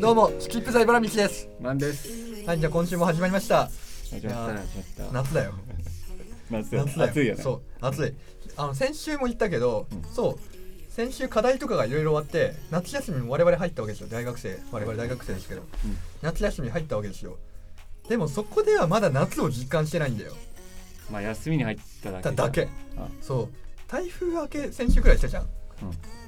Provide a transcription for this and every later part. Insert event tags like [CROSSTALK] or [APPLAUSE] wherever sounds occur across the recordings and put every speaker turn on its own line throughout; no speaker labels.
どうもスキップザイバラミキです
マンです。
はいじゃあ今週も始まりました
始まった始まった。
夏だよ
夏だよ
夏だよ
[LAUGHS] 暑いよね。
そう暑いあの先週も言ったけど、
うん
そう先週課題とかがいろいろ終わって夏休みも我々入ったわけですよ大学生我々大学生ですけど、
ん
夏休み入ったわけですよでもそこではまだ夏を実感してないんだよ
まあ休みに入っただけ。
だだけ。
あ、
そう台風明け先週くらいしたじゃん
うん。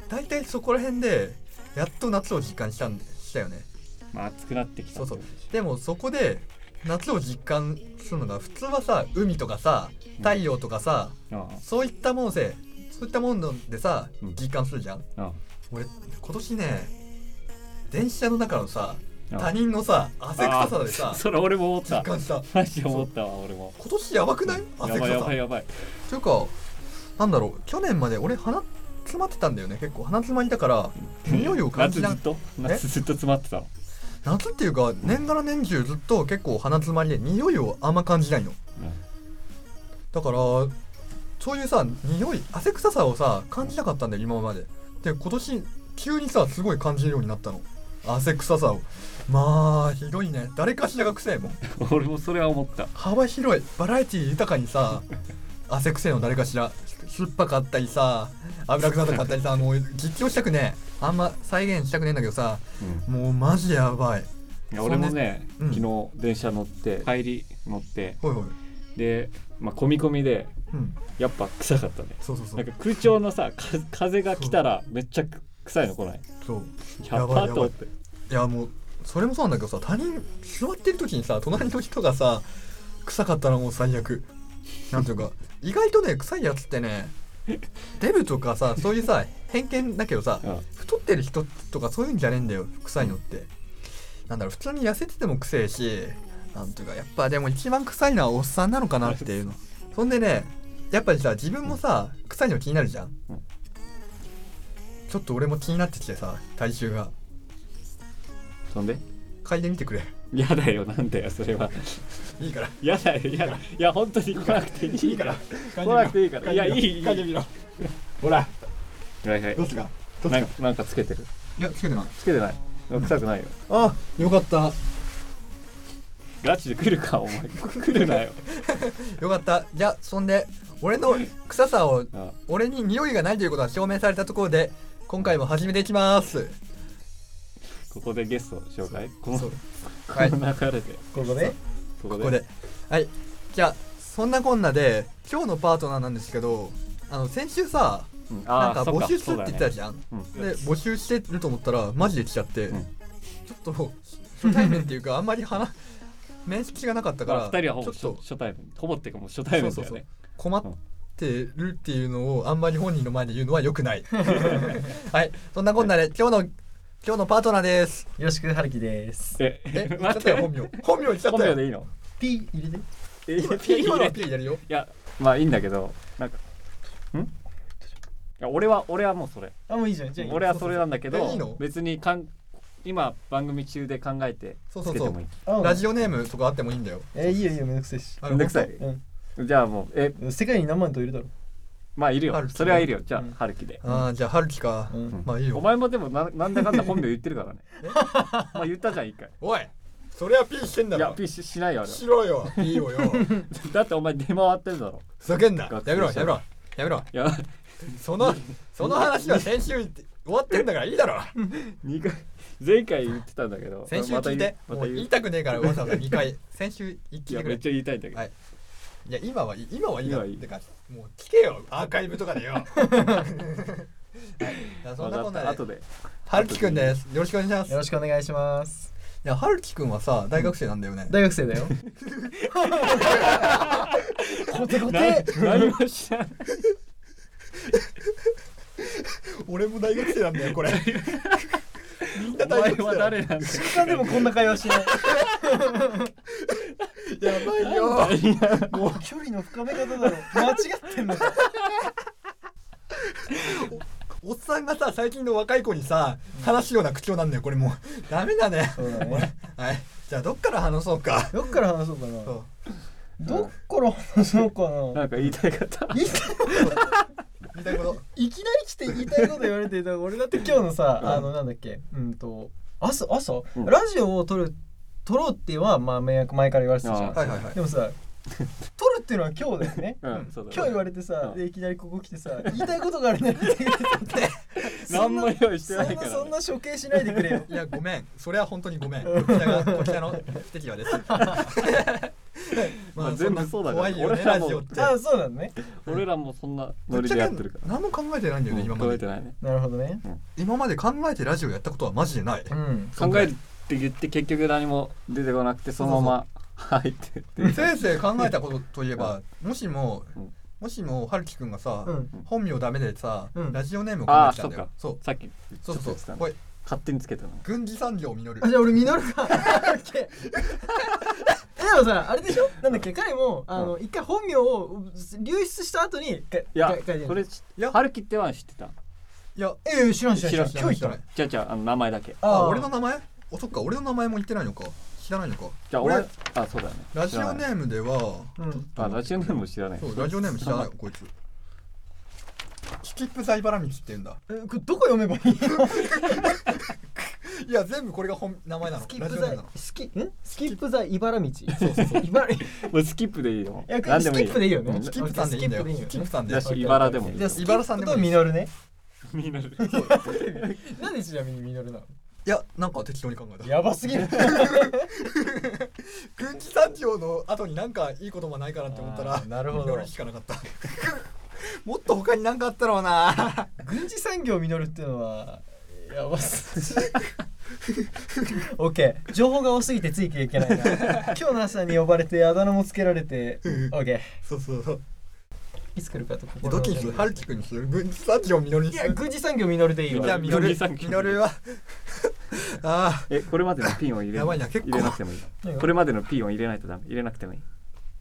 大体そこら辺でやっと夏を実感したんでしたよね
まあ暑くなってきた。
そうそうでもそこで夏を実感するのが普通はさ海とかさ太陽とかさ、
あ
そういったもんせそういったものでさ
うん
実感するじゃん
ああ
俺今年ね電車の中のさ
あ。
他人のさ汗臭さで
あ
さ
それ俺も思っ
実
た。
感した
マジで思ったわ俺も。
今年やばくない
や
汗
ばいや
臭さ
ばいやばい。
というかなんだろう去年まで俺鼻詰まってたんだよね結構鼻詰まりだから匂いを感じ
夏
な
ずっと夏ずっと詰まってたの。
夏っていうか年がら年中ずっと結構鼻詰まりで匂いをあんま感じないのだからそういうさ匂い汗臭さをさ感じなかったんだよ今までで今年急にさすごい感じるようになったの汗臭さをまあひどいね誰かしらが臭いもん
うん俺もそれは思った。
幅広いバラエティ豊かにさ汗臭いの誰かしら酸っぱかったりさ油臭かったりさもう実況したくねえあんま再現したくねえんだけどさ
うん
もうマジやばい
いや俺もね
そんで
昨日電車乗って帰り乗って
ほいほい
でまあ込み込みで
うん
やっぱ臭かったね。
そうそうそ
なん
う
か空調のさか風が来たらめっちゃ臭いの来ない。
そう
や
や
ば
ば
い
い
と思って。
いやもうそれもそうなんだけどさ他人座ってる時にさ隣の人がさ臭かったらもう最悪なんていうか意外とね臭いやつってねデブとかさそういうさ偏見だけどさ
うん
太ってる人とかそういうんじゃねえんだよ臭いのってなんだろう普通に痩せてても臭いしなんていうかやっぱでも一番臭いのはおっさんなのかなっていうのそんでねやっぱりさ自分もさ臭いの気になるじゃん
うん
ちょっと俺も気になってきてさ体臭が
そんで
嗅いでみてくれ
やだよなんだよそれはい
いから
やだよやだいや本当に来なくていいから来なくていいからいやいいいい
嗅いでみろほら
はいはい
どうすかどうす
な
か
んかなんかつけてる
いやつけてない
つけてない臭くないよ
あよかった
ガチで来るかお前来るなよ
よかったじゃあそんで俺の臭さを
あ
俺に匂いがないということが証明されたところで今回も始めていきます
ここでゲスト紹介この
そう
こ
はい
の流れで
ここで
こ
ここではいじゃあそんなこんなで今日のパートナーなんですけどあの先週さ
うん
な
あ
ん
ー
か
そっ
募
か
集す
そ
るっ
う
て言
だ
ってた
ね
じゃん、
うん
で募集してると思ったらマジで来ちゃって、
うん
ちょっと初対面っていうかあんまり
[LAUGHS]
話面識がなかったか
まあ
ら
二人はほ
ちょっと
ぼ初初対面ほぼっていうかもう初対面だ
そう
よ
そうそう
ね
困ってるっていうのをあんまり本人の前で言うのは良くない
[LAUGHS]
はいそんなこんなで、今日の今日のパートナーです
よろしくはるきです。
え
え言っち
[LAUGHS] 待
ゃ
っ
ってた
よ
よ本名本名言っちゃっ
本
た
名
よ
でいいの
P 入れて。
え
今
P 入
今の
れ
は
て
P やるよ
いやまあいいんだけどなんかんいや俺は俺はもうそれ
あ、もういいじゃん。じゃあいいよ
俺はそれなんだけ
そうそうそうえいい
ど
の
別にかん今番組中で考えて
そうそう
つけ
そ
て
う
もいい
あ
ラジオネームとかあってもいいんだよ
えいいよいいよ、めんどくせえし。
あ
めんどくさい
うん。
じゃあもうえ
世界に何万といるだろ。
まあいる
は
よ
るき
それはいるよじゃあ
うん
はるきで
ああじゃあ春樹か、
うん
ん
まあいい
お
よ
前もでもななんだかんだ本名言ってるからね
[LAUGHS]
まあ言ったじゃん一回
おいそれは P してんだ
いや
ろ
ピッシュしないよあれ
[LAUGHS]
は
しろよ P をよ
だってお前出回ってるだろ
ふざけんなや
学生
めろやめろやめろ
いや
そのその話は先週終わってんだからいいだろ
二回前回言ってたんだけど
先週聞いて、
また
もう
言う
言い
また
たくねえからわざわざ2回
[LAUGHS]
先週聞い
言うい
て
や
く
め
れ
っちゃ言いたいんだけど
はいいや今はいい今はいい
今
よ
はいい
てかもう聞けよアーカイブとかで
[LAUGHS]
よはい、そんなこ
分
ん
かった
なで
後で
はるきくんですよろしくお願いします
よろしくお願いします。
いやはるきくんはさ大学生なんだよね
大学生 [LAUGHS] だよ。コテコテ。
な [LAUGHS] 何もしない
俺も大学生なんだよこ
[LAUGHS]
れみんな
お
大
前
学生
は
だよ
誰なんだよ
他でもこんな会話しない。
やばいよ
もう距離の深め方だろ。間違ってんのか。
おっさんがさ最近の若い子にさ話すような口調なんだよこれもう [LAUGHS] ダメだね
そうだね。
[LAUGHS] はいじゃあどっから話そうか
[LAUGHS] どっから話そうかな。
そう
どっから話そうかな。
なんか言いたい方
言いたい
言いたいこと
いきなり来て言いたいこと言われてた俺だって今日のさあのなんだっけうんと朝朝、
うん
ラジオを撮る撮ろうってはまあ前前から言われてたじゃん、
あ
はいはいはい
でもさ撮るっていうのは今日だよね
うん、
うん
そうだ
今日言われて
う
さ、
ん
でいきなりここ来てさ言いたいことがあるねって言って
何も用意して
そ
なんいか
な
ら、
そんな処刑しないでく
[LAUGHS]
れよ
いやごめんそれは本当にごめ
[LAUGHS]
んこちらがこちらの不適はです
[LAUGHS] まあ全部そうだから
怖いよね
俺ら
ラ
も
ジオって
あそうなのね
俺らもそんな
ぶ
ノ
っ
リ
ち
で
ゃ
やっ
け
てるから
何も考えてないんだよね、今
覚
ま
えて
で
ないね
なるほどね
今まで考えてラジオやったことはマジでない
うん
考えるって言って結局何も出てこなくてそのまま入ってっていう
先生考えたことといえばもしも
うん
もしも春樹くんがさ、
うん
本名ダメでさ、
うん
ラジオネームを考えてきたんだよ
あ
そう
さっき
そうそう
ち
そう
ょっと言ってたね
これ
勝手につけたの
軍事産業を実る
あじゃあ俺実るかオッケーえでもさあれでしょなんだっけ彼もあの一回本名を流出した後にい
いや
書いてる
それ
いや
ハルキっては知ってた
いや
ええ知らん知らん知らん
知らん
今日
知ら
言
ん
った
じゃあじゃああの名前だけ
あ俺の名前おそっか俺の名前も言ってないのか知らないのか
じゃあ俺あそうだよね
ラジオ
知ら
ネ
ない
ームでは
うん
あラジオネームも知らない
そうラジオネーム知らないこいつスキップ財バラ道って言うんだ
えこれどこ読めばいいの
いや全部これが本名前なの
スキ
ラ
ッ
ジ
プ
オネーム
ザ
なの
スキんスキップザ茨道そう
そうそう
茨い
もうスキップでいいよ
や
何でもいい
スキップでい
[LAUGHS]
いよね
うん
スキップさんでいいんだよ
スキップでいいよ
スキップさんで
だし茨でもいい
じゃあスキ
茨さん
ッ
で
プ
も
と
いい
実るね
みんなで
なんでちなみに実るなの
いやなんか適当に考えた
[LAUGHS] やばすぎる
軍事産業の後になんかいい言葉ないかなって思った
あ
ら
ーなるほど
実るしかなかったもっと他になんかあったろうな
軍事産業実るっていうのはやばす
[LAUGHS]
ぎるオッケー情報が多すぎてついていけないな今日の朝に呼ばれてあだ名もつけられてオッケー
そうそうそう
いつ来るかと心の
ドキンスハルキ君にする軍事産業実るに
い
す
や
る
軍事産業実るでいい
いや
わ
み
実る
軍事産業
実るはあ
えこれまでのピンを入れ
やばいな結構
入れなくてもいいこれまでのピンを入れないとダメ入れなくてもいい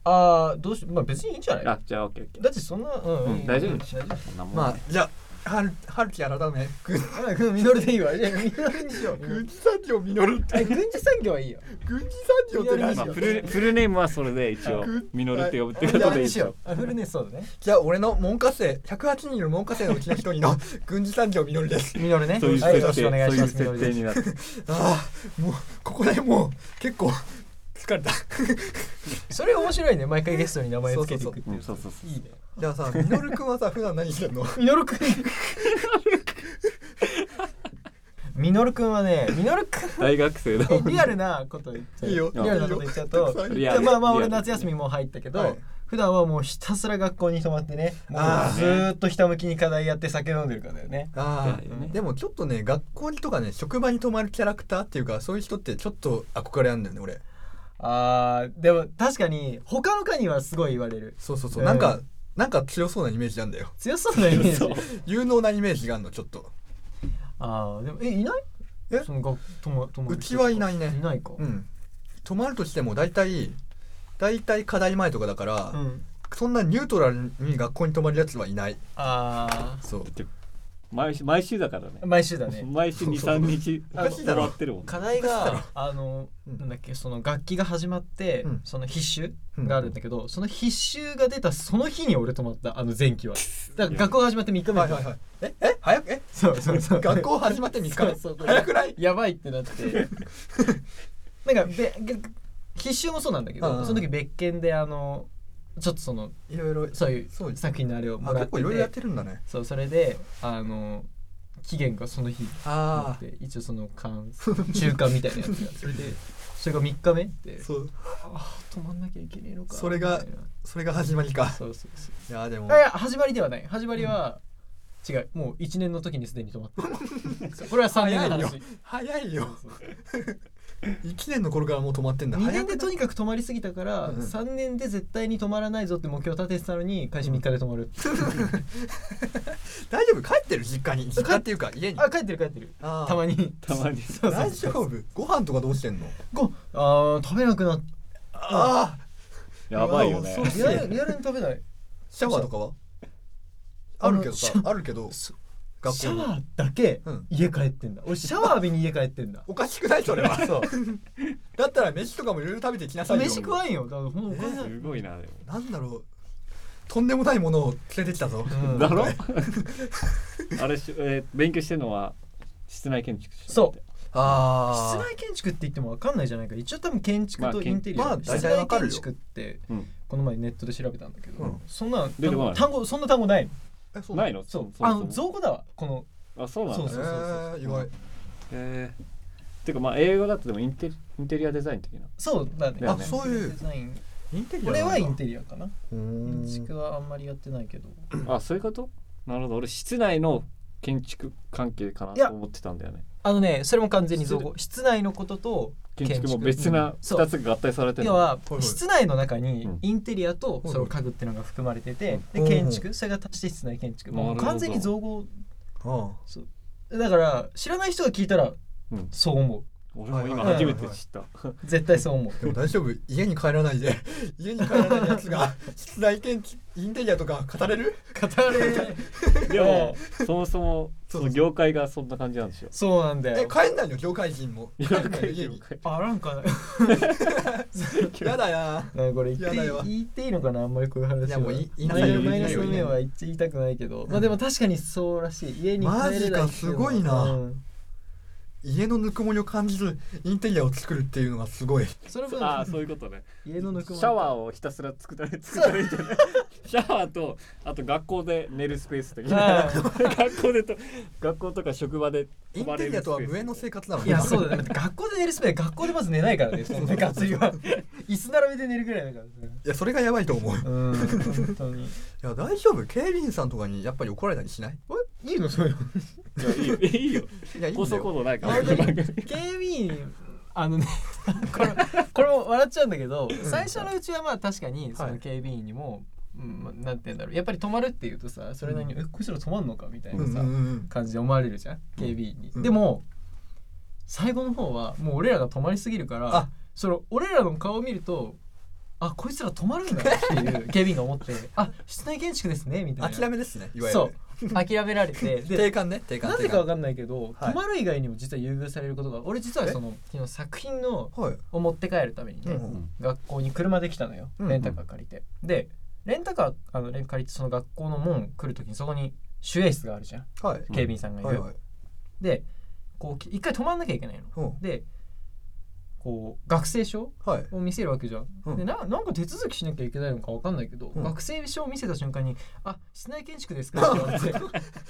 ああどうしまあ別にいいんじゃない
あじゃあオッケーオッケー
だってそんなうん、
うん大丈夫
大丈夫
そんな
あ
もん
まあじゃあハルハルキ改め軍
あミノルでいいわ。じゃあミノルにしよう。
軍事産業実るって
あ軍事産業はいいよ。
軍事産業って
い
何
い
ま
よ
あフルフルネームはそれで一応ミノルって呼ぶってことでいい
よ。あフルネスそうだね。
じゃあ俺の門下生108人いる門下生のうちの一人の軍事産業実るです
ミノルね。
そういう
はい、
設
よろしくお
定、
願い
そう
し
いう
ま
設
す。
定になって
ああもうここでもう結構疲れた
それ面白いね。毎回ゲストに名前つけていくっていう。
うんそうそうそう
いいね。
じゃあさ実るくんはさ普段何してんの
ミノルくん。ミノルくんはね、ミノルくん。
大学生だもん
リアルなこと言っちゃう。
いいよ
リアルなこと言っちゃう
いいよ
と。
リアル
まあまあ俺
リアル
夏休みもう入ったけど、
はい
普段はもうひたすら学校に泊まってね、もう
あー
ずーっとひたむきに課題やって酒飲んでるからだよね。
あ
だよ
あ、
ね
でもちょっとね学校にとかね職場に泊まるキャラクターっていうかそういう人ってちょっと憧れあんだよね俺
あーでも確かに他の科にはすごい言われる
そうそうそう、
うん
なんかなんか強そうなイメージなんだよ
強そうなイメージ
有能なイメージがあるのちょっと
あーでもえいない
え
その学とまとま
うちはいないね
いないか
うん泊まるとしても大体大体課題前とかだから、
うん
そんなニュートラルに学校に泊まるやつはいない
あ
そう
毎週毎週だからね
ー毎週だね
毎週23日
おかしいだ
終
ろ
わってるもん
課題
[LAUGHS]
があの
うん
なんだっけその楽器が始まって、
うん
その必修があるんだけど、その必修が出たその日に俺泊まったあの前期はだから学校が始まって3日目だ
はいはいはいええ早くえ
[LAUGHS] そうそうそう
学校始まって3日目
そうそう
早くない
やばいってなって
[LAUGHS]
なんかべげ必修もそうなんだけど、
うんうん
その時別件であのちょっとその
いろいろ
そういう
そう
作品のあれをも
あ
ら
結
って
構いろいろやっててるんだね
そうそれであの期限がその日
あ
で一応その間中間みたいなやつ [LAUGHS] がそれでそれが3日目って
そう
ああ止まんなきゃいけねえのか
それが
みたいな
それが始まりか
そうそうそう
いやでも
あいや始まりではない始まりは、違うもう1年の時にすでに止まってた [LAUGHS] これは3
早
年の
いよ
話
早い
そ
よ
うそう
[LAUGHS] 1年の頃からもう止まってんだ
2
早
年
くな
で
い
とにかく止まりすぎたから、
うんうん
3年で絶対に止まらないぞって目標を立ててたのに開始3日で止まる、
大丈夫帰ってる実家に実家っていうか家に
あ帰ってる帰ってる
あー
たまに
たまに
[LAUGHS] そうそう
大丈夫ご飯とかどうしてんの
ごあー食べなくなっ
ああ
やばいよね
うわ恐ろしい
リアルリアルに食べない
シャワーとかはあ
あの
るけどさ
シャ
あるけど
そ
学
シ
校
ャワ
に
ーだけ
うん
家帰ってんだ、俺シャワー浴びに家帰ってん [LAUGHS] だ
おかしくないそれは
そう
[LAUGHS] だったら飯とかもいろいろ食べてきなさいよ
飯食わんよだからほんまお金ない
すごいなで
なんだろうとんでもないものを連れてきたぞ
う
も
ん
だ
[LAUGHS]
ろあれし、えー勉強してるのは室内建築士
そう
あ
室
あ
内建築って言っても分かんないじゃないか一応多分建築
まあ
と
建
インテリア、
まあ大
室
体分
内
かるよ
建築って
うん
この前ネットで調べたんだけど、
うん
そんな
出てこない
単語そんな単語ない
えそう
ない
の
の
そう
も
あ
も
の造語だわこの
あそうなんだ
そう
え
そうそう
ー、意外
へえてかまあ英語だとでもインテリインテリアデザイン的な
そうだね
だよ
ねあそういう
デザイン
インテリア
俺はイン
リ
テリアかな
アうーん
建築はあんまりやってないけど
あそういうことなるほど俺室内の建築関係かない
や
と思ってたんだよね
あのねそれも完全に造語室内のことと
建築も
建築
別な
そう
2つが合体されてる
要は
はい
室内の中に
うん
インテリアと
はい
その家具っていうのが含まれてて
う
で
ん
建築それが足して室内建築も
な
う
るほど
完全に造語
あ
だから知らない人が聞いたら
うん
そう思
俺も今
はいはい
初
は
め
い
て知った
う絶対そう思う
でも大丈夫家に帰らないで [LAUGHS] 家に帰らないやつ
[LAUGHS]
が室内建築インテリアとか語れる
語れない
で
は
もそもそもその業界がそんな感じなんでしょ
そうなんだ
え
よ
帰んないの業界人も
業
帰んないの
界
家
業
に
界
あらんかな
やだな
なんかこれ言っ
やだ
て
よ
言っていいのかなあんまりこういう話はい
やもうい言いな
マ
さい
イ
よ
ナスの
言いなさいよ
面は言っちゃ言いたくないけど、まあでも確かにそうらしい家に帰れない
マジかすごいな
うん
家のぬくもりを感じるインテリアを作るっていうのがすごい
その分
ああそういうことね
家のぬくもり
シャワーをひたすら作ったり作ったりじゃないシャワーとあと学校で寝るスペース的な
は
学校でと学校とか職場で
インテリアとは無縁の生
活
活なの
いやそうだね学校で寝るスペース学校でまず寝ないからねそんなガッツリは椅子並べて寝るぐらいだからね
いやそれがやばいと思うい
うん本当
[LAUGHS]
に
や大丈夫警備員さんとかにやっぱり怒られたりしない
いいのそういう
いいよいいよ
いやいい
放
んだ
送コー
よ
ドないから
あ
[LAUGHS]
この番組
警備員あのね [LAUGHS] これこれも笑っちゃうんだけど最初のうちはまあ確かにその警備員にも、うんまあなんて言うんだろうやっぱり止まるっていうとさそれなりに、えこいつら止まんのかみたい
うん
な
うん
さ、
うん
感じで思われるじゃん警備員に、
うん
でも最後の方はもう俺らが止まりすぎるから
あ
その俺らの顔を見るとあこいつら止まるんだってい
[LAUGHS]
う警備員が思ってあ室内建築ですねみたいな
諦めですねいわゆる
そう諦めら
[LAUGHS]
れてで
定款ね定款
なぜ
定
かわ
款
かんないけど、
はい
泊まる以外にも実は優遇されることが俺実はその昨日作品の
はい
を持って帰るためにね、
うんうん
学校に車で来たのよ
うんうん
レンタカー借りて、でレンタカーあのレン借りてその学校の門来る時にそこに守衛室があるじゃん
はい
警備員さんがいる、
はいはい
でこうき一回泊まんなきゃいけない
う
の
ん
でこう学生証
はい
を見せるわけじゃん、
うん
でななんか手続きしなきゃいけないのかわかんないけど、
うん
学生証を見せた瞬間に「あ室内建築ですか?」って言われて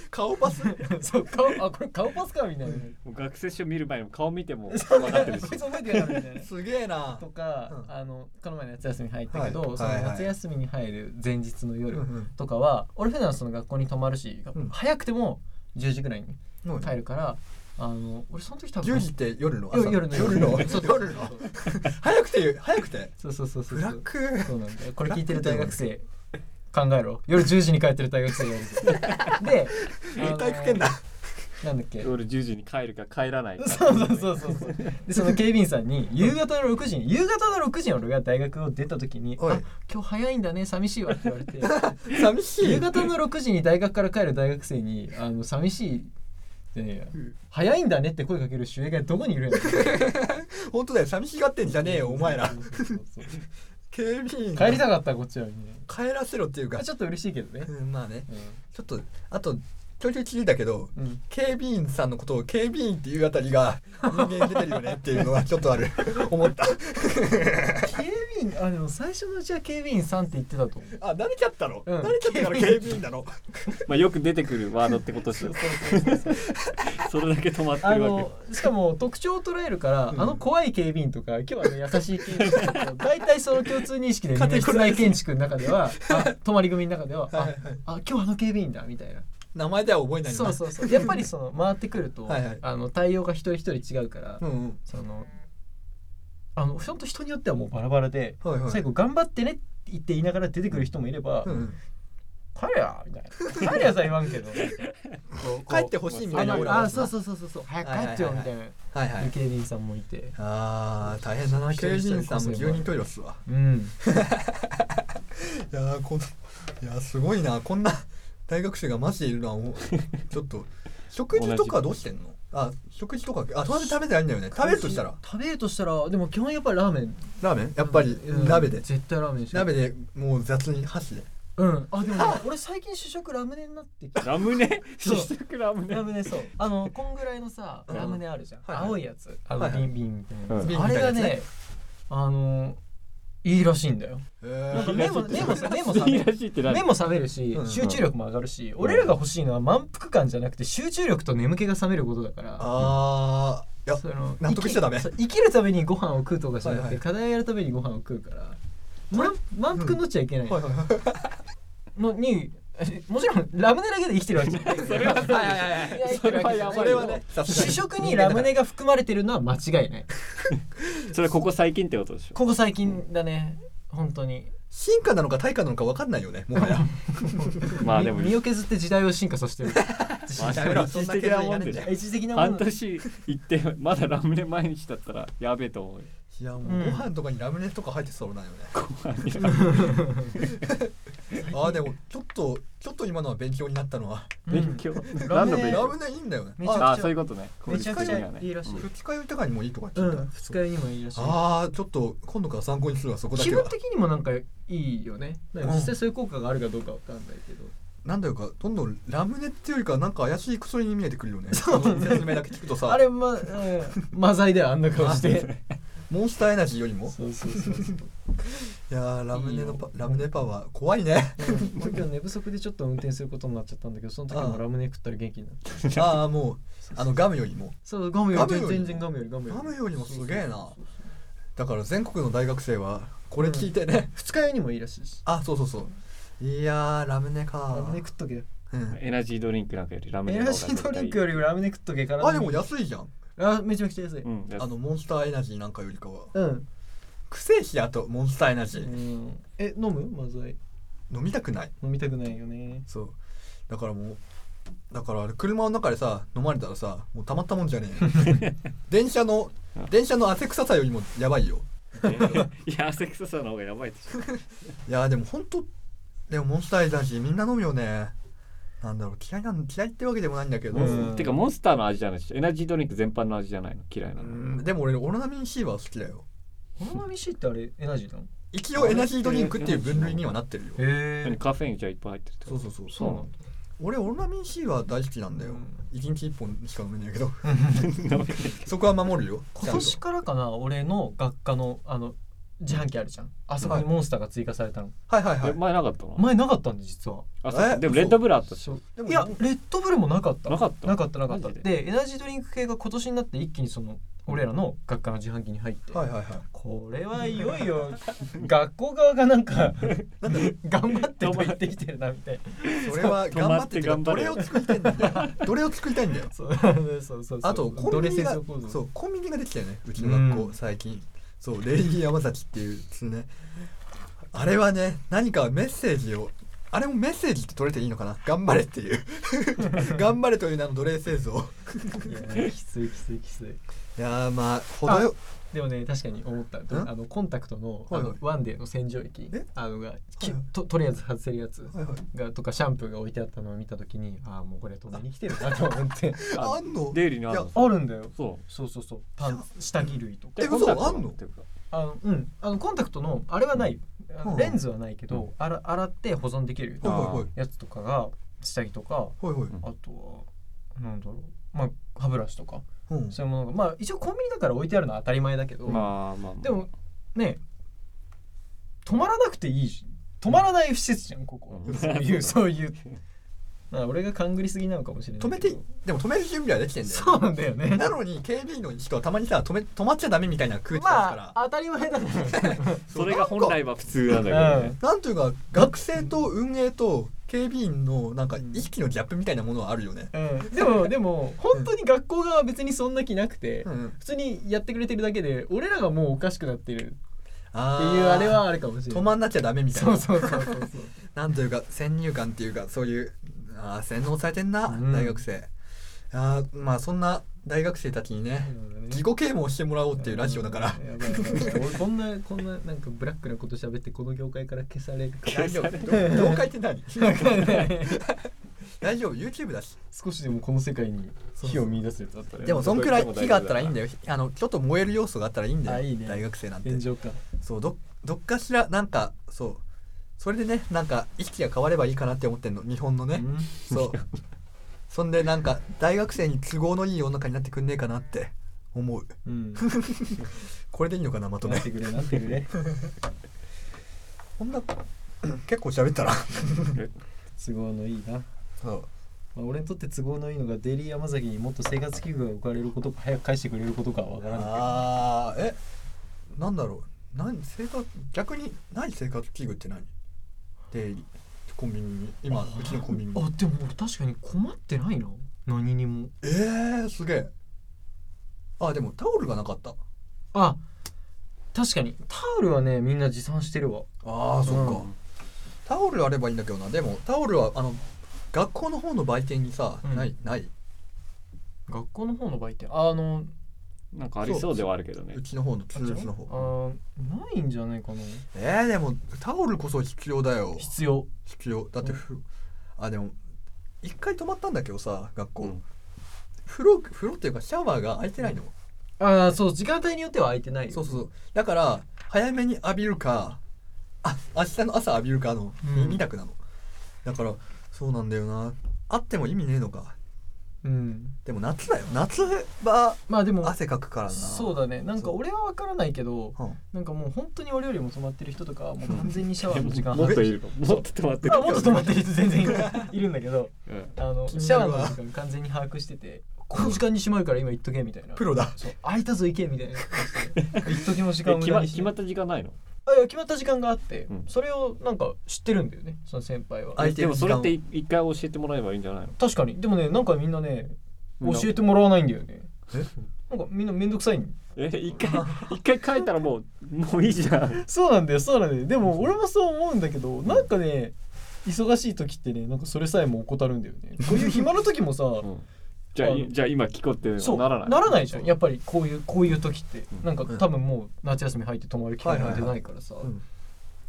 顔パス [LAUGHS]
そう顔あこれ顔パスかみたいな。
もう学生証見る前に顔見ても
そう
分かってるし
こいつ覚えてなかったみたいな。
すげえな
とか、
うん
あのこの前の夏休み入ったけど、
はい
その
はいはい
夏休みに入る前日の
うん
夜
うん
とかは、俺普段その学校に泊まるし、
うん
早くても10時ぐらいに
うん
帰るから、あの俺その時多分
10時って夜の朝
夜夜の
夜の
そう
夜の早くて早くて
そうそうそうそう
ブラック
そうなんだよこれ聞いてる大学生考えろ夜10時に帰ってる大学生がいるぞ
[LAUGHS]
であの
体育圏だ
なんだっけ
夜10時に帰るか帰らないか
そうそうそうそうそうでその警備員さんに夕方の6時に夕方の6時に俺が大学を出た時に「
おい
あ今日早いんだね寂しいわ」って言われ
[LAUGHS]
て
寂しい
夕方の6時に大学から帰る大学生に「あの寂しい」じゃねえや早いんだねって声かける主演がどこにいるんや
本当だよ寂しがってんじゃ [LAUGHS] ねえよお前ら警備員
帰りたかったこっちはみたい
帰らせろっていうか
なちょっと嬉しいけどね
うんまあねちょっとあと距離聞いたけど
うん、うん
警備員さんのことを警備員っていうあたりが人間出てるよねっていうの
[LAUGHS]
はちょっとある思った
警備員あでも最初のうちは警備員さんって言ってたと思う
あ慣れちゃったの、
うん
慣れちゃったから警備員だの
まあよく出てくるワードってことですよそれだけ止まって
あ
るわ
の [LAUGHS] しかも特徴を捉えるから、
うん
あの怖い警備員とか今日はね優しい警備員と
[LAUGHS]
か大体その共通認識でみんな室内建築の中ではあ泊まり組の中では
はいは
あ
い
あ今日あの警備員だみたいな
名前では覚えないんだ
そうそうそうやっぱりその回ってくると
はいはい
あの対応が一人一人違うから、
うん
そのあのほんと人によってはもうバラバラで、
うんはいはい
最後頑張ってねって言って言いながら出てくる人もいれば、
うんうん
帰れやみたいな帰れやさ言わんけど
帰ってほしいみた
あ
いな
の
俺
あ
は
そうそうそうそうそう早く帰ってよみたいな
はいはい
警備員さんもいて
あー大変だな警備員さんも住人トイレっすわ
うん
いやーこんいやーすごいなこんな大学生がマジでいるのは
[LAUGHS]
もうちょっと食事とかどうしてんのあ食事とかあそれで食べてないんだよね食べるとしたら
食べるとしたらでも基本やっぱりラーメン
ラーメンやっぱり
うん
鍋で
絶対ラーメンしか
鍋でもう雑に箸で
うんあでもね俺最近主食ラムネになってきた
ラムネ
そう
試食ラムネ
ラムネそうあのこんぐらいのさ
うん
ラムネあるじゃん、
はいはい
青いやつあの、
はいはい
ビンビンみたいなやつ、
うん
あれが
ビンビンみたいなや
ねあのいいらしいんだよ
え
なんか
ー、
目も目も目も覚め
いいらしいって何
目も覚めるし
うん
集中力も上がるし、
ん
俺らが欲しいのは満腹感じゃなくて集中力と眠気が覚めることだから
あーいや
その
納得しちゃダメ
生き生きるためにご飯を食うとかじゃなくて、
はいはい
課題やるためにご飯を食うから満満腹になっちゃいけない
はいはいはい
のに、もちろんラムネだけで生きてるわけじゃないそ
れはそうです
はいはいはい生きてるわけじゃない
それはやばいよ
さすが
主食にラムネが含まれてるのは間違いない
それここ最近ってことでしょ
ここ最近だね本当に
進化なのか退化なのか分かんないよねもはや
まあでも
身身を削って時代を進化させてる
まあ
やめろそんな結論いらねえんだよ
一時的なも
半
の
年行ってまだラムネ毎日だったらやべえと思うよ
いやも
う
うんご飯とかにラムネとか入ってそうなんよね、
ご飯にラムネ
あーでもちょっとちょっと今のは勉強になったのは
勉強
ラ
何の
ムネ
勉
ラ
強
ムネいいんだよね
めちゃくちゃ
あ
あそういうことね
めちゃくちゃいいらしい
うん
二日酔いとかにもいいとか
う
聞いた、
ん二日酔いにもいいらしい
ああちょっと今度から参考にするわそこだ
気
け
分
は
的にもなんかいいよねだから実際そういう効果があるかどうかわかんないけど
なんだよかどんどんラムネっていうよりかなんか怪しい薬に見えてくるよね [LAUGHS] そう説明だけ聞くとさ
あれま、うん、マザイではあんな顔して
モンスターエナジーよりも
そうそうそうそう
いやーラムネのパ
いいよ
ラムネパワー怖いね
うん俺今日寝不足でちょっと運転することになっちゃったんだけどその時
あ
も
あ
ラムネ食ったら元気になっ
[LAUGHS]
た
ああもうあのガムよりも
そうガムよ
ガムよ
り
り
全然ガムよりガムより
ガムよりもすげえな
そうそうそう
だから全国の大学生はこれ聞いてね、
二日酔いにもいいらしいし
あそうそうそういやーラムネか
ラムネ食っとけ
うん、
エナジードリンクなんかよりラム
エ
ネ
ナ
の
ジ
方が
ード
絶対
リ
い
ン
い
クよりラムネ食っとけから
あでも安いじゃん
あめちゃくちゃ安い
うん
あのモンスターエナジーなんかよりかは
うん、
くせえしあとモンスターエナ
う
ジー、
ん、え飲むマザイ
飲みたくない
飲みたくないよね
そうだからもうだから車の中でさ飲まれたらさもうたまったもんじゃねえ
[LAUGHS]
よ電車の電車の汗臭さよりもやばいよ
[LAUGHS] いや汗臭さの方がやばいでしょ
いやーでもほんとでもモンスターエナジーみんな飲むよねなんだろう嫌いなん嫌いってわけでもないんだけど、
う
うんん、
てかモンスターの味じゃないでしょエナジードリンク全般の味じゃないの嫌いなの
でも俺オロナミン C は好きだよ
オロナミン C ってあれエナジーなの
一応エナジードリンクっていう分類にはなってるよ
へ
何カフェインじゃあいっぱい入ってるって
そうそうそう
そうな
俺オロナミン C は大好きなんだよ
うん
一日一本しか飲めないけ
[LAUGHS]
ど
んだ
そこは守るよちゃ
今
んと
年からかな俺の学科のあの自販機あるじゃんあそこにモンスターが追加されたの、
はいはいは
え
い
前なかったの
前なかったんで実は
あそう
え
でもレッドブルあったし
そう
でも
いやレッドブルもなかった
なかった
なかったなかった
マ
で
ジ
エナジードリンク系が今年になって一気にその俺らの学科の自販機に入って、
はいはいはい
これはいよいよ [LAUGHS] 学校側がなんか頑張ってと言ってきてるなみたいな
それは頑張ってってか
止ま
ど
っ
れ
て頑張れよ
を作りたいんだよ [LAUGHS] どれを作りたいんだよ
そう [LAUGHS] そうそうそう
あとコ
ど
ンビニ
れ製
が
造構造
そうコンビニができたよねうちの学校、
うん
最近そうレイギー山崎っていうですねあれはね何かメッセージをあれもメッセージって取れていいのかな頑張れって [LAUGHS] いう頑張れという名の奴隷製造
いやきついきついきつい
いやーまあ程よ
でもね確かに思った
ん
あのコンタクトの,、
はいはい
あのワンデーの洗浄液
え
あのがき
はいはい
ととりあえず外せるやつ
はいはい
がとかシャンプーが置いてあったのを見た時にああもうこれ止めに来てるなと思って [LAUGHS]
あんの
デイリーにある
い
の
や
あるんだよ
そう
そうそうそうパン下着類とか
え
で
嘘
コンタクト
あんの
っていうか
あのうんあのコンタクトのあれはないよあの
うん
レンズはないけど、
うん
あら洗って保存できる
ほいほいほい
やつとかが下着とか
ほいほい
あとはなんだろうまあ歯ブラシとか
うん
そういうものがまあ一応コンビニだから置いてあるのは当たり前だけど、
まあまあまあ
でもね止まらなくていいし止まらない施設じゃんここ、
うん
そう
[LAUGHS]
いうそういうまあ俺が勘ぐりすぎなのかもしれない
止めていでも止める準備はできてんだよね
そうなんだよね
なのに警備員の人はたまにさ止め止まっちゃダメみたいな空気だか
ま
ら、
あ当たり前だから
それが本来は普通なんだけどね
なんというか学生と運営と警備員のなんか意識のギャップみたいなものはあるよね。
うん、でもでも本当に学校側は別にそんな気なくて、
うん、
普通にやってくれてるだけで俺らがもうおかしくなってる
あ
って
ー
いうあれはあるかもしれな
止
い
まんなきゃダメみたい
そう
な
そうそうそうそう
なんというか先入観っていうかそういうあー洗脳されてんな、
うん
大学生あーまあそんな大学生たちにね自己啓蒙してもらおうっていうラジオだ
[LAUGHS]
から
うんやばいやばい俺こんなこんななんかブラックなこと喋ってこの業界から消さ
[LAUGHS]
れるか
大丈夫業界って
[LAUGHS]
何大丈夫 YouTube だし
[LAUGHS] 少しでもこの世界に火を見出せるとあったら
でもそんくらい火があったらいいんだ
よ
よあのちょっと燃える要素があったらいいんだ
あ
よ
いいね
大学生なんて
炎上か
そうどどっかしらなんかそうそれでねなんか意識が変わればいいかなって思ってんの日本のね
うん
そうそんでなんか大学生に都合のいい世の中になってくんねえかなって思う
うん
これでいいのかなまと
な
め
ってくれなってくれ
こんな結構喋ったな
都合のいいな
そう
まあ、俺にとって都合のいいのがデイリー山崎にもっと生活器具が置かれることか早く返してくれることかわからない
あーえなんだろう何生活逆にない生活器具って何デイリーコンビニに今うちのコンビニに
でも俺確かに困ってないな何にも
えー、すげえあでもタオルがなかった
あ確かにタオルはねみんな持参してるわ
ああそっか、
うん
タオルあればいいんだけどなでもタオルはあの学校の方の売店にさ、
うん
ないない
学校の方の売店あの
なんかありそうではあるけどね
うちの方の通
あ
列
違う
の方
あないんじゃないかな
えー、でもタオルこそ必要だよ
必要
必要だってふ、あでも一回泊まったんだけどさ学校、
うん
風呂風呂っていうかシャワーが空いてないの、
ああそう時間帯によっては空いてないよ
そうそうそうだから早めに浴びるかあ明日の朝浴びるかの
うん
二択なの、だからそうなんだよなあっても意味ねえのか
うん
でも夏だよ夏は
まあでも
汗かくからな
そうだねなんか俺は分からないけど
うん
なんかもう本当に俺よりも泊まってる人とかはもう完全にシャワーの時
で
間
も
半
[LAUGHS] もっ
分
と
[LAUGHS]
いるかももっと止まってる
あもっと泊まってる人全然いるいるんだけど
うん
あの
気に
シ
な
ャ
るわ
ワーの時間完全に把握しててこの時間にしまうから今言っとけみたいな
プロだ
そう空いたぞ行けみたいな感じで一時の時
え
間を無
決
駄
ま
にし
決まった時間ないの
あいや決まった時間があって、
うん
それをなんか知ってるんだよねその先輩は
空いて
で
る
も
時
そ
間
れ
を
って一回教えてもらえばいいんじゃないの
確かにでもねなんかみんなね
うん
教えてもらわないんだよね
え
なんかみんなめんどくさいん
え一回一回書いたらもうもういいじゃん
そうなんだよそうなんだよでも俺もそう思うんだけどなんかね忙しい時ってねなんかそれさえも怠るんだよねこういう暇の時もさ、
うんじゃあ
あの
いじゃあ今聞こうって
そう
ならない
じゃんやっぱりこういうこういう時って、
うん
なんか
うん
多分もう夏休み入って泊まる機会なんてないからさ、
うん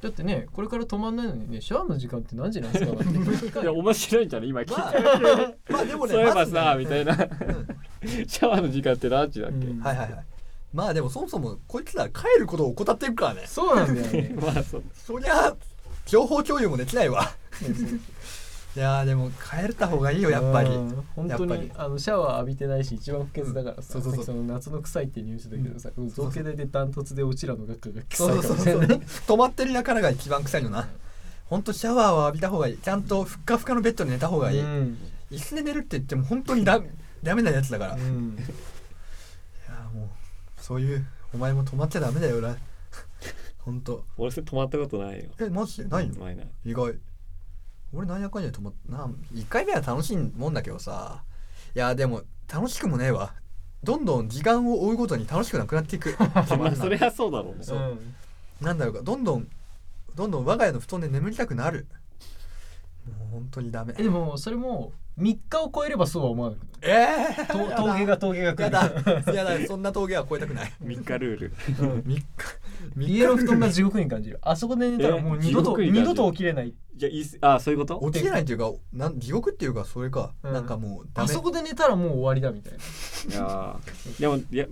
だってねこれから泊まんないのにねシャワーの時間って何時なんですかなん
[LAUGHS]
て
いや面白いんじゃない今聞いて、
まあ [LAUGHS] まあでもね
そういえば
まず
さ、
ね
みたいなシ
うん
ャワーの時間って何時だっけ、
うん
はいはいはいまあでもそもそもこいつら帰ることを怠ってるからね
そうなんだよ [LAUGHS] ね
まあそう
そりゃ情報共有もできないわ
そうそう
いやーでも帰った方がいいよやっぱり
うん本当
やっぱ
に
り
あのシャワー浴びてないし一番不潔だからさ、
うんそうそうそう
さっきの夏の臭いってニュースだけどさ、うん、造形大でダントツでうちらの学科が
そ
臭いうか
そう
ら
そう
[LAUGHS] ね
止まってるやからが一番臭いのなほんとシャワーを浴びた方がいいちゃんとふっかふかのベッドで寝た方がいい、
うん
椅子で寝るって言っても本当にダダメなやつだから、
う
いや
ん
ーもうそういうお前も止まっちゃダメだよなほんと
俺それ止まったことないよ
えマジでないの
ないない
意外俺なんやかんや止まっなん1回目は楽しいもんだけどさいやーでも楽しくもねえわどんどん時間を追うごとに楽しくなくなってい
[LAUGHS]
く止ま
まあ
るな
それはそうだろうね
そうなんだろうかどんどんどんどん我が家の布団で眠りたくなるもう本当にダメ
えでもそれも3日を超えればそうは思わなく
ええ
と
[LAUGHS]
峠が峠が来
や
る [LAUGHS]
だやだそんな峠は越えたくない
3日ルール
3日
家の布団が地獄に感じるあそこで寝たらもう二度と
え地獄に感じ
二
る
度と起きれない
じゃあいいっすあそういうこと
落ちれないっていうかなん地獄っていうかそれか、
うん
なんかもうダ
あ
メ
そこで寝たらもう終わりだみたいない
やーでもいや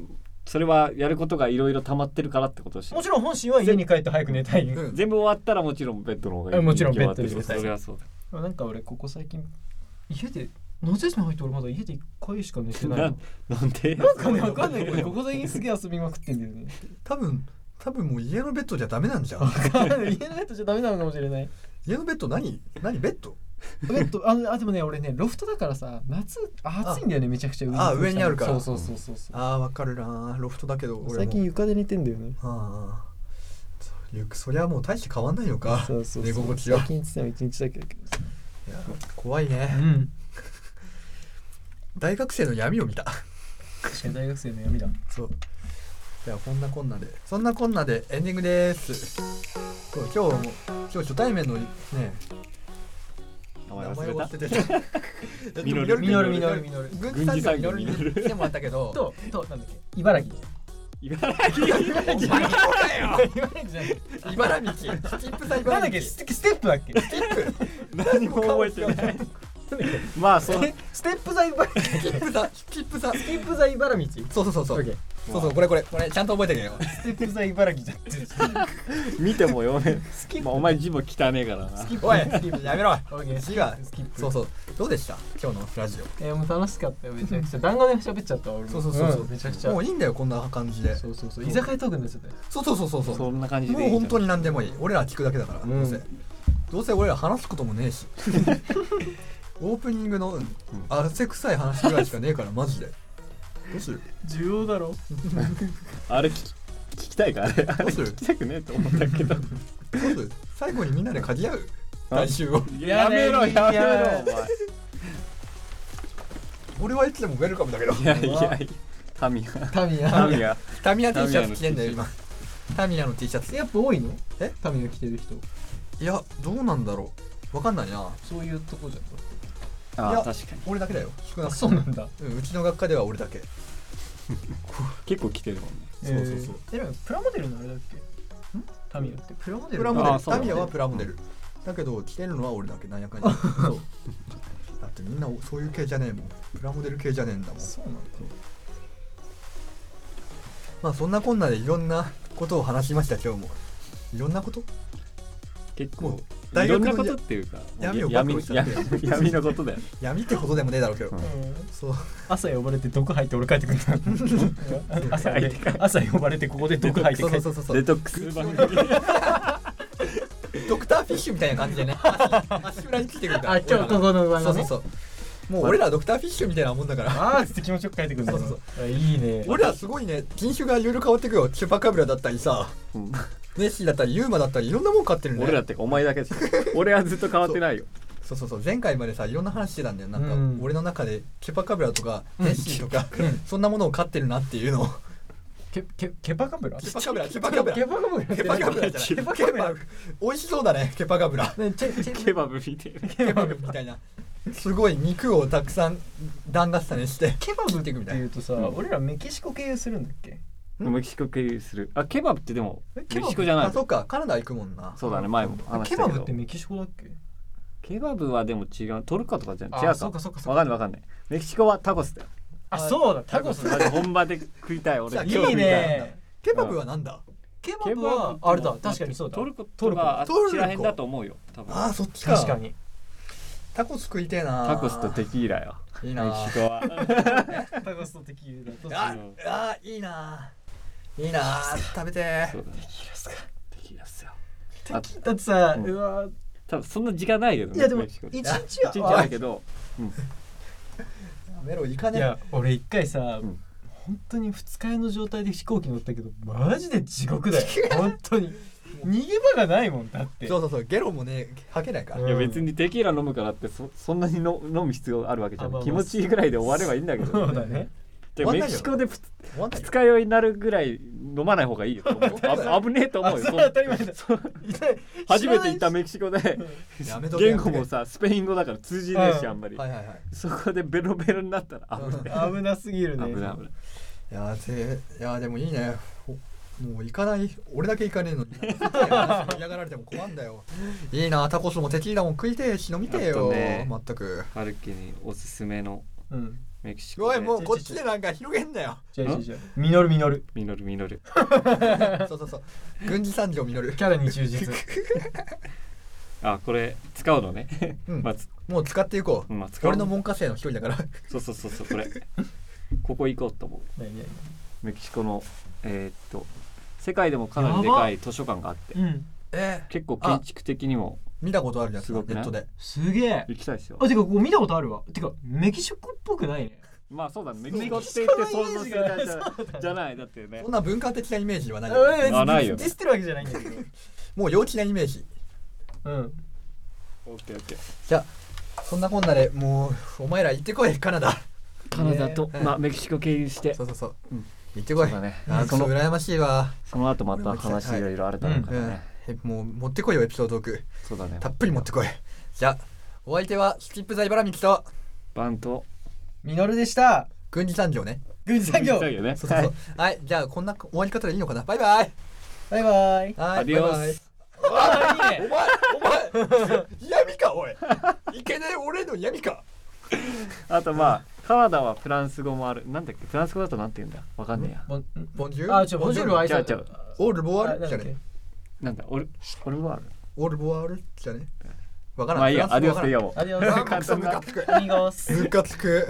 それはやることがいろいろ溜まってるからってことだし
もちろん本心は家に帰って早く寝たい、
うん
全部終わったらもちろんベッドの方がいい
えもちろんベッドに
に決まってるそれはそうだ
なんか俺ここ最近家で夏休み入って俺まだ家で1回しか寝てないの
なんで
なんかねわかんないけどここ最近すげえ遊びまくってんだよね
多分多分もう家のベッドじゃダメなんじゃん
家のベッドじゃダメなのかもしれない
家のベッド何何ベッド
ベッドああでもね俺ねロフトだからさ夏暑いんだよねめちゃくちゃ上
あ上にあるから
そうそうそうそう
あーわかるなロフトだけど
そう
俺も
最近床で寝てんだよね
ああそりゃそりゃもう大して変わんないのか
そうそうそう
寝心地は
最近つっても一日だけだけどさ
いや怖いね
ん
大学生の闇を見た
確かに大学生の闇だ
そう。じゃあこんなこんなで、そんなこんなでエンディングです。そう今日はもう今日初対面のね、
名前
名
忘
前
れ
を
た
忘れてた。
ミノルミノル
ミノルミノル
軍事産業ミノル
軍事産業ミノ
に
ル
来てもらったけど、
ととなんだっけ茨城
茨
お前
城
そうだよ。
茨城じゃない
茨城、スキップさん
なんだ
茨
っ
城。
け
ス
ステステップだっけ
キップ。
何も覚えてない
まあそう
えステップザ茨城
キップザキップザ
ステップ・ザ・茨道
そうそうそうそう、
オッケー
そうそうこれこれこれちゃんと覚えてけよ
ステップザ茨城じゃん
見ても読めん
スキップ
まあお前字も汚ねえからな
おいやめろ
オッケー
違う
スキップ
そうそうどうでした今日のラジ
いやもう楽しかった [LAUGHS] よめちゃくちゃ団子で喋っちゃったわ俺も
そうそうそうそうん
めちゃくち
オ
ゃ
もういいんだよこんな感じで
そうそうそう居酒屋トークになっちゃったよ
そうそうそうそうそう
そんな感じでい
も
いうじゃん
本当に何でもいい俺ら聞くだけだから、
うん
どうせどうせ俺ら話すこともねえしオープニングのうん汗臭い話ぐらいしかねえからマジでどうする
需要だろ
あれ聞き聞きたいかあれあれ
うする
聞きたくねえと思ったけど
どうする最後にみんなで嗅ぎ合う
あ
来週を
やめろやめろ
俺はいつでもウェルカムだけど
お前いやいやいやタミヤ
タミ
タ
ヤ
ミヤ
タミヤ T シャツ着てんだよ
タミヤ
今タミヤの T シャツ
やっぱ多いの
え
タミヤ着てる人
いやどうなんだろうわかんないな
そういうとこじゃ
い
あ
や
あ確かに
俺だけだよ少なく
ん
と
そうなんだ
もうんうちの学科では俺だけ
結構来てるもんね
そうそうそう
えーえでもプラモデルのあれだっけタミヤってプラモデル
プラモデ
あ
ル
そうだ
タ
ね
ミヤはプラモデルだけど着てるのは俺だけなんやかんやそうだってみんなそういう系じゃねえもんプラモデル系じゃねえんだもん
そうなんだ
まあそんなこんなでいろんなことを話しました今日もいろんなこと
結
も
構
う
い
大
ろ
学
ん
の
なことっていうか
闇を暴
闇
露しちゃって
闇闇のことだよね
闇ってことでもねえだろうけど
うん
そう
朝呼ばれて毒吐いて俺帰ってくるんだ [LAUGHS] 朝で朝呼ばれてここで毒吐いて
そう
帰
そ
っ
うそ
て
うそ
デ
う
トックス番組
ドクターフィッシュみたいな感じでね足裏に来てくるから
あ今日ここの
俺ら
番
そ
が
うそう
ね
そうもう俺らドクターフィッシュみたいなもんだから
あーっつって気持ちよく帰ってくるんだ
そうそう
あいいね
俺らすごいね人種がいろいろ変わってくよチュパカブラだったりさ
うん
ネッシーだったりユーマだったりいろんなもん買ってるね
俺らってかお前だけです
[LAUGHS]
俺はずっと変わってないよ
そうそうそう前回までさいろんな話してたんだよなんか、
うん
俺の中でケパカブラとかネッシーとか、そんなものを飼ってるなっていうのを
ケケケパカブラ
ケパカブラケパカブラ
ケパカブラ
ケパカブラじゃない
ケパカブラ
ケパ美味しそうだねケパカブラ
ねチェチェ
ケバブ見てる
ケパブみたいなすごい肉をたくさん弾合ねして
ケバブって言うとさ、
うん
俺らメキシコ経由するんだっけ
メキシコ経由するあケバブってでも
え
メ
ケバブ
キシコじゃない
あそうかカナダ行くもんな
そうだね前も話し
ケ
た
バ
け
ブっ
ど
てメキシコだっけ
ケバブはでも違うトルコとかじゃん
あ
違うか
そうかそうかそうか
わかんないわかんないメキシコはタコスだよ
あそうだタコス
マジ
だ
本場で食いたい俺
じゃあ
今日食
いい
た
ね
ケパブはなんだ
ケ
ケ
バ
バ
ブ
ブ
は
って
あれだ確かにそうだ
トルコ
ト
と
ルコ
かあっ
トルコ
ちらへんだと思うよ多分
ああそっちか
確かに
タコス食いてえな
タコスとテキーラよ
いい
メ
な
キシコは
タコスと敵だと
ああいいないいな食べてえ
そうだね
キラスか
テキーラっすよ
だってさ、
う
うんわ
多分そんな時間ないけどね
いやでも
メキシコ
一日
一
は
日あるけど
やめろ行か
い
ねえ
や俺一回さ、
うん
本当に二日酔いの状態で飛行機乗ったけどマジで地獄だよ本当に逃げ場がないもんだって
そうそうそうゲロもね吐けないから
うん
いや別にテキーラ飲むからってそそんなにの飲む必要あるわけじゃ
あま
ん
あ
気持ちいいぐらいで終わればいいんだけど
そうだね
終
で
わんないよ
メキシコでふつ
終わんない
二日酔いになるぐらい飲まない方がいいよと思う
本当だ
あ危ねえと思
あ
うよ
それ当たり前だ
そう初めて行ったメキシコで
やめとけ
言語もさスペイン語だから通じねえし
うん
あんまり
はいはいはい
そこでベロベロになったら危ない
危なすぎるね
危ない危ない
いやーぜいやーでもいいねほもう行かない俺だけ行かねえの
[LAUGHS]
に嫌がられても困んだよいいなタコスもテキーラも食いてえし飲みてえ
あと
よ、
ね
まったく
ハルキにおすすめの
うん
メキシコ
おい
で
もうこっちでなんか広げんだよ
違う違う違うミノルミノル
ミノルミノル
そうそうそう軍事産業実る
キャラに忠実
あこれ使うのね
うん
まあつ
もう使っていこう、
まあ使う
俺の文科生の一人だから
そうそうそうそうこれここ行こうと思う
何何
メキシコのえーっと世界でもかなりでかい図書館があって
何うん
[LAUGHS] えー、
結構建築的にも
見たことあるやつ
す
だ
ごく
ネ
ない
ットで
すげえ
行きたいですよ
あてかここ見たことあるわてかメキシコっぽくないね
まあそうだねメ
キ
キ
シ
シ
コ
コ
っ
ってて
言
言ってて想像
っ想像す
す
る
る
感
感
じ
じ
じゃ
じゃないだってね
そんな文化的なイメージはないよ
うん
あないよ
ディスってるわけじゃないんだけど
もう陽気なイメージ
うん
オッケーオッケー
じゃあそんなこんなでもうお前ら行ってこいカナダ
カナダと
えー
まあメキシコ経由して
そうそうそう、
うん
行ってこい
そうだね
あーく
そ
そ
の
羨ましいわ
その後また話いろいろあれたのか
う
ら
ん
ね、
えもう持ってこいよエピソードトーク
そうだね
たっぷり持ってこいじゃあお相手はスキップザイバラミキと
バンと
ミノルでした
軍事産業ね
軍事作業
よね
そうそうそうはい、じゃあこんな終わり方でいいのかなバイバイ
バイバイ
は
ア
い
ディ
バ
オ
イバイ
ス
お前お前 [LAUGHS] 闇かかおいいけねえ俺の闇か
あとまあカナダはフランス語もあるなんだっけフランス語だとなんて言うんだわかんねえや
ボン
ボンジュール
아,
あ、ちょ、ボジュールは挨
じゃあ
拶
じゃあ
オールボワ
あ
ールじゃね
なんだ俺俺もある
オールボワールじゃねわからん
まあいいやア
フ
ディ
ラン
オ
ス
ス
語
でいいや
わ
もう
ありがとうござい
か
ます
らんあークソムカつく
アミゴス
ムカつく